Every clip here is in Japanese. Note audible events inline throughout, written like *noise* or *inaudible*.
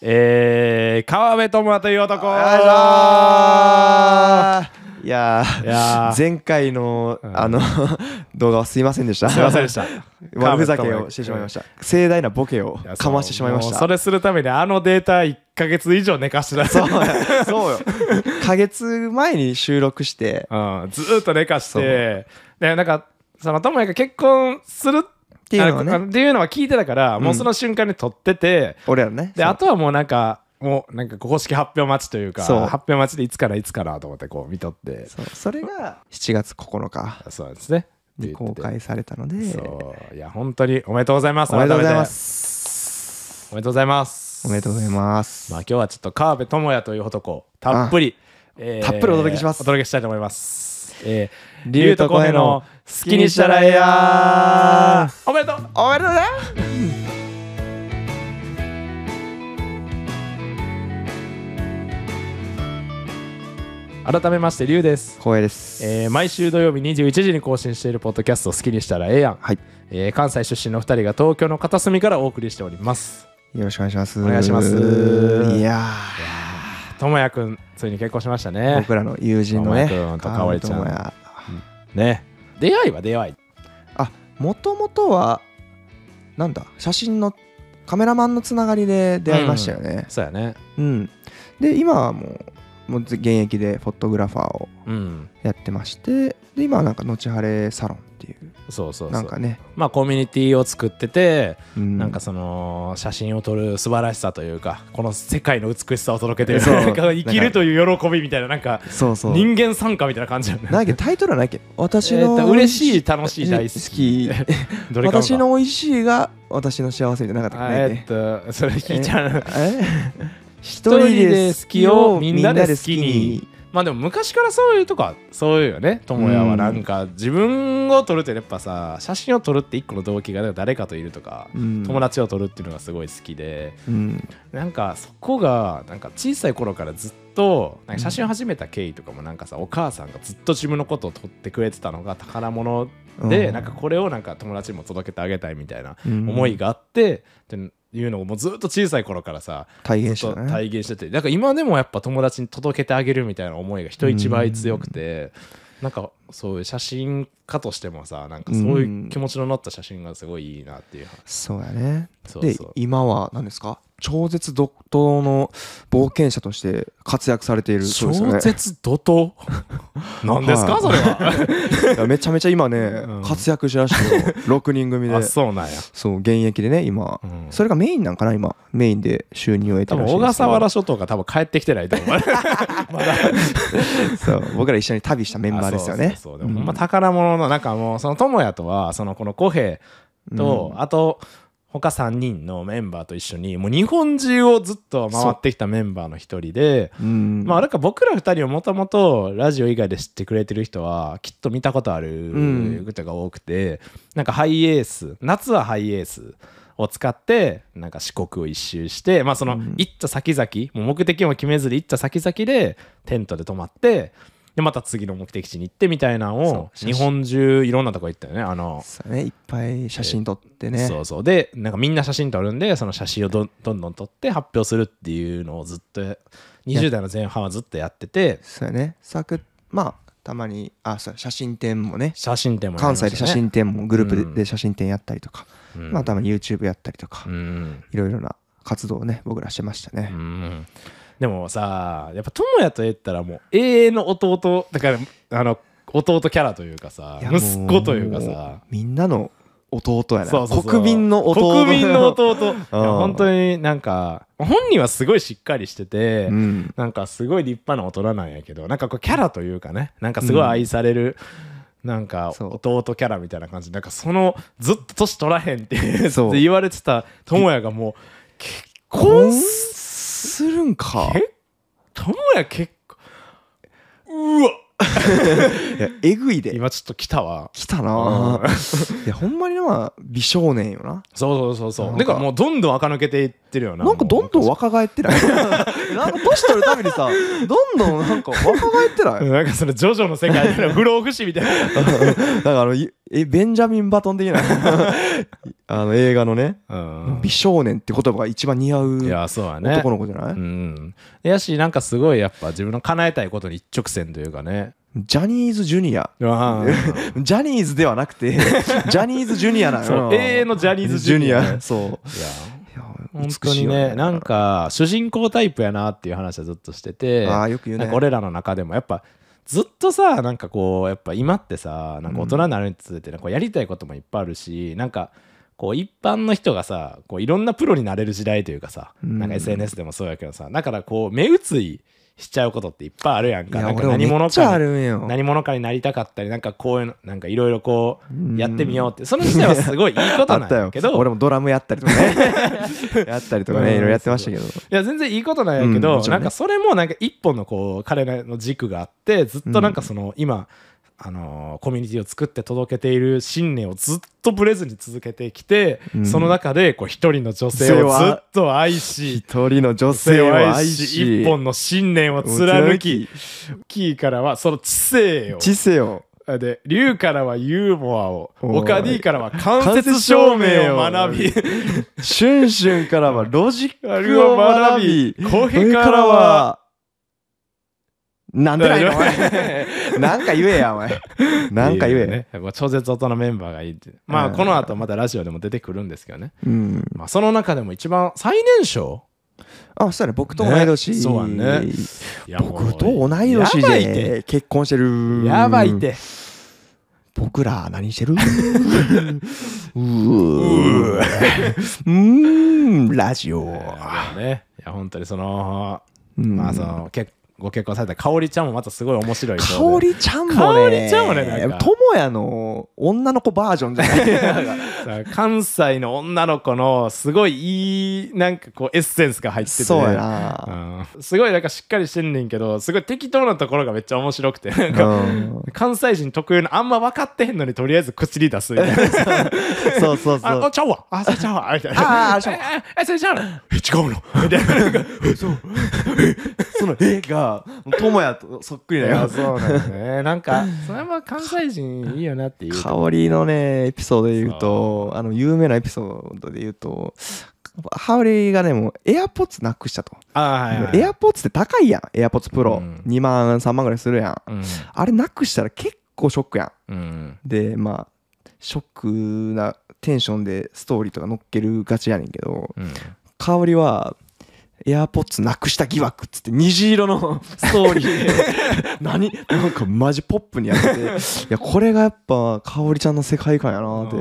えー、川辺智也という男いやーいやー前回の、んあの *laughs* 動画はすいませんでした。すいませんでした。 *laughs* 悪ふざけをしてしまいました。盛大なボケをいやそうかましてしまいましもた。うそれするためにあのデータ1ヶ月以上寝かしてた。そうや *laughs* そうよ。1ヶ月前に収録して、 *laughs* うん、ずーっと寝かして、で、なんか、その、ともやが結婚するっていうのはねっていうのは聞いてたから、もうその瞬間に撮ってて、俺らね。で、そうあとはもうなんか、もうなんか公式発表待ちというか、そう発表待ちでいつからいつからと思ってこう見とって、そうそれが7月9日そうなんですね。に公って言って開されたので、てそう。いや、本当におめでとうございます。おめでとうございま改めて。す。おめでとうございます。おめでとうございます。まあ今日はちょっと川辺智也という男をたっぷり、えーたっぷりお届けしますお届けしたいと思います。えー、竜と小平の好きにしたらええやーおめでとうおめでとうございます改めまして竜です。光栄です。えー毎週土曜日21時に更新しているポッドキャスト好きにしたらええやん、はい。えー関西出身の2人が東京の片隅からお送りしておりますよろしくお願いします。お願いしますいや智也くんついに結婚しましたー、ね僕らの友人のねともやくん、とかわりちゃん川辺智也ね出会いは出会いあもともとはなんだ写真のカメラマンのつながりで出会いましたよねそうやねうん、で今はもうもう現役でフォトグラファーをうんやってましてで今はなんか後晴れサロンっていうそうそうそうなんかね、まあコミュニティを作っててうん、なんかその写真を撮る素晴らしさというかこの世界の美しさを届けてるそうなんか生きるという喜びみたいななんかそうそう人間参加みたいな感じだ *laughs* よねなんだっけタイトルはないっけ私えーの、っと嬉しい楽しい大好き *laughs* 好どれかが私の美味しいが私の幸せみたいななかったっあけえーっとそれひいちゃんえ一人で好きをみんなで好きみんなでにまあでも昔からそういうとかそういうよね智也はなんか自分を撮るってやっぱさ写真を撮るって一個の動機が誰かといるとか好きうん友達を撮るっていうのがすごい好きでうんなんかそこがなんか小さい頃からずっとなんか写真を始めた経緯とかもなんかさお母さんがずっと自分のことを撮ってくれてたのが宝物で、うんなんかこれをなんか友達にも届けてあげたいみたいなうん思いがあって、っていうのをもうずっと小さい頃からさ体ず現っしたとね体現しててだから今でもやっぱ友達に届けてあげるみたいな思いが人一倍強くて、なんかそういう写真家としてもさなんかそういう気持ちの乗った写真がすごいいいなっていう、そうやねそうそうで今は何ですか超絶独刀の冒険者として活躍されているそうですよ超ね絶怒 *laughs* 涛何ですか、はいそれはいやめちゃめちゃ今ね、ん活躍しらっしゃ *laughs* るの6人組であそうなんや、そう現役でね今、うんそれがメインなんかな今メインで収入を得て多る分らしい小んですけ笠ど原諸島が多分帰ってきてないと思う *laughs* まだそう僕ら一緒に旅したメンバーですよあねそうそうそうでもほんま宝物のなんかもうその智也とはそのこの小平と、あと他3人のメンバーと一緒にもう日本中をずっと回ってきたメンバーの一人で。うんまあ、なんか僕ら2人をもともとラジオ以外で知ってくれてる人はきっと見たことあるんことが多くて、なんかハイエース夏はハイエースを使ってなんか四国を一周して、まあ、その行った先々、もう目的も決めずに行った先々でテントで泊まってでまた次の目的地に行ってみたいなのをそ日う本中いろんなとこ行ったよね。あのそうねいっぱい写真撮ってね、そうそうでなんかみんな写真撮るんでその写真をどんどんどん撮って発表するっていうのをずっと20代の前半はずっとやっててそうやねサクッまあたまにあそう写真展もね写真展もやりま関したね西で写真展もグループで,、うんで写真展やったりとか、うんまあたまに YouTube やったりとか、うんいろいろな活動をね僕らしてましたね、うんでもさやっぱ智也と言ったらもう永遠の弟だからあの弟キャラというかさいや息子というかもさうみんなの弟やなそうそうそう国民の弟国民の弟いやうん本当になんか本人はすごいしっかりしてて、 *laughs* うんなんかすごい立派な大人なんやけどなんかこうキャラというかねなんかすごい愛される、なんかそう弟キャラみたいな感じでなんかそのずっと年取らへんってってそう言われてた智也がもう結婚婚すするんかけ智也結婚うわいやえぐいで今ちょっと来たわ来たなぁ *laughs* いやほんまにまあ美少年よなそうそうそうそなうんだかからもうどんどん垢抜けていってるよななんかどんどんもう若返っ *laughs* てないなんか年取るためにさどんどんなんか若返ってないなんかそのジョジョの世界 *laughs* での不老不死みたいな *laughs* だからあのいえベンジャミン・バトン的なあの映画のねうん美少年って言葉が一番似合ういやそうやね男の子じゃない、うんやしなんかすごいやっぱ自分の叶えたいことに一直線というかねジャニーズジュニアあージャニーズではなくてジャニーズジュニアな *laughs* そのう永遠のジャニーズジュニアねそういや本美当しにいよねなんか主人公タイプやなっていう話はずっとしててああよく言うなねんか俺らの中でもやっぱずっとさなんかこうやっぱ今ってさなんか大人になるにつれてねこうやりたいこともいっぱいあるしなんかこう一般の人がさこういろんなプロになれる時代というかさうんなんか SNS でもそうやけどさだからこう目移りしちゃうことっていっぱいあるやんいかなやんか俺も何め者っちゃあかにるんよ何者かになりたかったりなんかこういうのなんかいろいろこうんうやってみようってその時代はすごいいいことあなんっただよけど俺もドラムやったりとか *laughs* ねやったりとかうんねいろいろやってましたけどいや全然いいことなんやけうんど、もちろなんんねかそれもなんか一本のこう彼らの軸があってずっとなんかその、今あのーコミュニティを作って届けている信念をずっとぶれずに続けてきて、うんその中でこう一人の女性をずっと愛し一人の女女性性をを愛愛しし一本の信念を貫きキーからはその知性を知性をで龍からはユーモアをおいオカディからは間接照明を学びシュンシュンからはロジッあクれをを学学びび、コそヘれからはなんでないのお前なんか言えやお前 *laughs* なんか言え、ね。やっぱ超絶大人メンバーがいいって。まあ、うんこの後またラジオでも出てくるんですけどね。うんまあ、その中でも一番最年少あそうやね僕と同い年、ねそうやねいやもう僕と同い年やばいて。で結婚してるやばいて。僕ら *laughs* 何してるうーうーんラジオいやでもね、いや、本当にその、うんまあ、その、結ご結婚された香織ちゃんもまたすごい面白い香そうで。りちゃんもね香りちゃんもねなんか友也の女の子バージョンじゃないさ関西の女の子のすごいいい、なんかこう、エッセンスが入ってて。そうやな、うんすごいなんかしっかりしてんねんけどすごい適当なところがめっちゃ面白くてなんかうん関西人特有のあんま分かってへんのにとりあえず口に出すみた *laughs* いなそうそうあそあうちゃうわあそれちゃうわみたいなあーあれちゃ *laughs* うええそれちゃうのえ違うのみたいななんかその絵が友也とそっくりだよそうなんですねなんか *laughs* それは関西人いいよなっていう香りのねエピソードで言うとあの有名なエピソードで言うと香りがねもうエアポッツなくしたとあエアポッツって高いやんエアポッツプうロん2万3万ぐらいするやんうんあれなくしたら結構ショックやんうんでまあショックなテンションでストーリーとか乗っけるがちやねんけどうん香りはエアポッツなくした疑惑っつって虹 *laughs* 色のストーリーで何なんかマジポップにやってていやこれがやっぱ香りちゃんの世界観やなって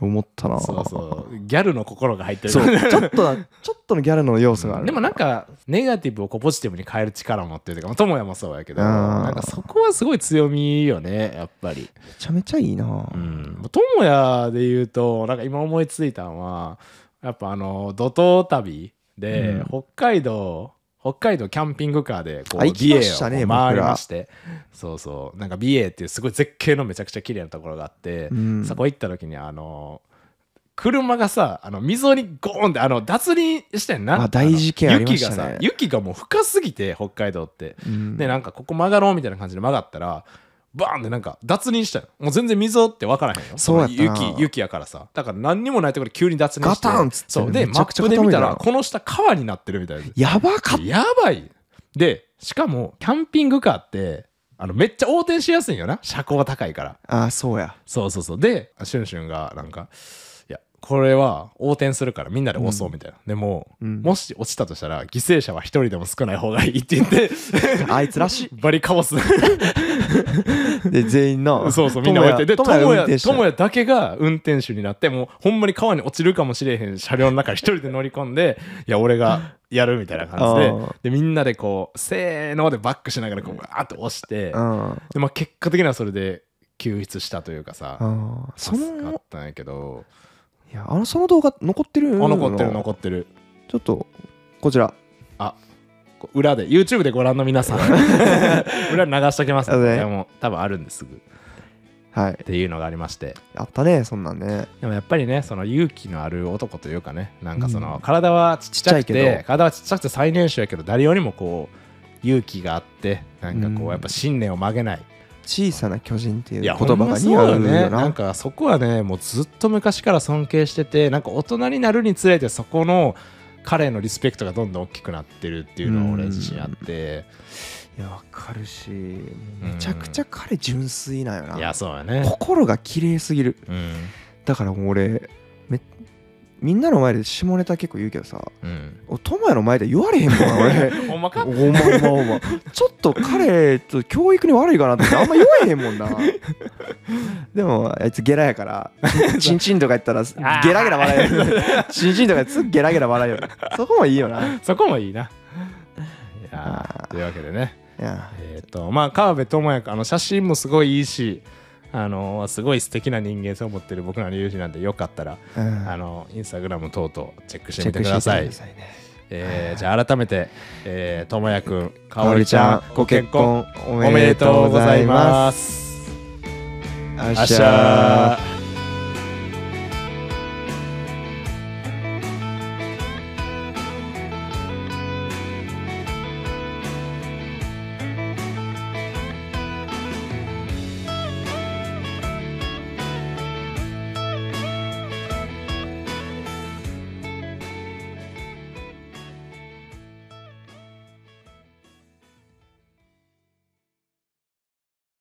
思ったなそうそうギャルの心が入ってるそうちょっとなちょっとのギャルの要素があるでもなんかネガティブをこうポジティブに変える力を持ってるというか智也もそうやけどうんなんかそこはすごい強みよねやっぱりめちゃめちゃいいなうん、友也で言うとなんか今思いついたのはやっぱあの怒涛旅で、うん北海道北海道キャンピングカーでこうあ行きま美した瑛ねを回りましてそうそうなんか美瑛っていうすごい絶景のめちゃくちゃ綺麗なところがあって、うんそこ行った時にあの車がさあの溝にゴーンってあの脱輪してんなあ大事件ありましあたねの雪がさ雪がもう深すぎて北海道ってうんでなんかここ曲がろうみたいな感じで曲がったらバーンってなんか脱輪したよもう全然溝って分からへんよそうやったなの雪雪やからさだから何にもないところで急に脱輪してガタンっつってそうでめマちゃッくちゃ傾プでいたよ見たらこの下川になってるみたいなやばかっやばいでしかもキャンピングカーってあのめっちゃ横転しやすいんよな車高が高いからたあそうやそうそうそうでシュンシュンがなんかいやこれは横転するからみんなで押そうみたいな、でも、うんもし落ちたとしたら犠牲者は一人でも少ない方がいいって言っ *laughs* てあいつらしバリカオスい *laughs* で全員のそうそう、みんな置いて。で、友友也運也、転手友也だけが運転手になって、もうほんまに川に落ちるかもしれへん車両の中に一人で乗り込んで、いや、俺 *laughs* がやるみたいな感あじーで、で、みんなでこう、せーのでバックしながら、こう、わーって押してう、んで、まあ結果的にはそれで救出したというかさ、あーそ助のかったんやけど、いやあのその動画残ってるあ、の残ってる残ってる。ちょっとこちらこう裏で、YouTube でご覧の皆 *laughs* さん、裏流しときますあのね。ねでも、多分あるんですぐ。っはいていうのがありまして。あったねそんなんねでもやっぱりねその勇気のある男というかねなんかその、うん体はちっちゃくちっちゃいけてど体はちっちゃくて最年少やけど誰よりもこう勇気があってなんかこう、うんやっぱ信念を曲げない小さな巨人っていうい言や葉言葉がが似似合合ううよよねななんかそこはねもうずっと昔から尊敬しててなんか大人になるにつれてそこの彼へのリスペクトがどんどん大きくなってるっていうのは俺自身あっていやわかるしもうめちゃくちゃ彼純粋なんよな、いやそうやね心が綺麗すぎるうんだからもう俺めみんなの前で下ネタ結構言うけどさうんお友也の前で言われへんもんな俺ほんまかおまおまおま *laughs* ちょっと彼ちょっと教育に悪いかなってあんま言われへんもんな *laughs* でもあいつゲラや *laughs* からチンチンとか言 *laughs* ったらーゲラゲラ笑える *laughs* チンチンとかすぐゲラゲラ笑えるそこもいいよないそこもいいないやーというわけでねやえっ、とまあ川辺智也君あの写真もすごいいいしあのすごい素敵な人間性を持ってる僕らの友人なんでよかったらうんあのインスタグラム等々チェックしチてェみッてクくしてみだてくださいさいねえーじゃあ改めて、えー、ともやくん、かおおりちゃん、ご結婚、おめでとうございますす。ああっっししゃーゃー。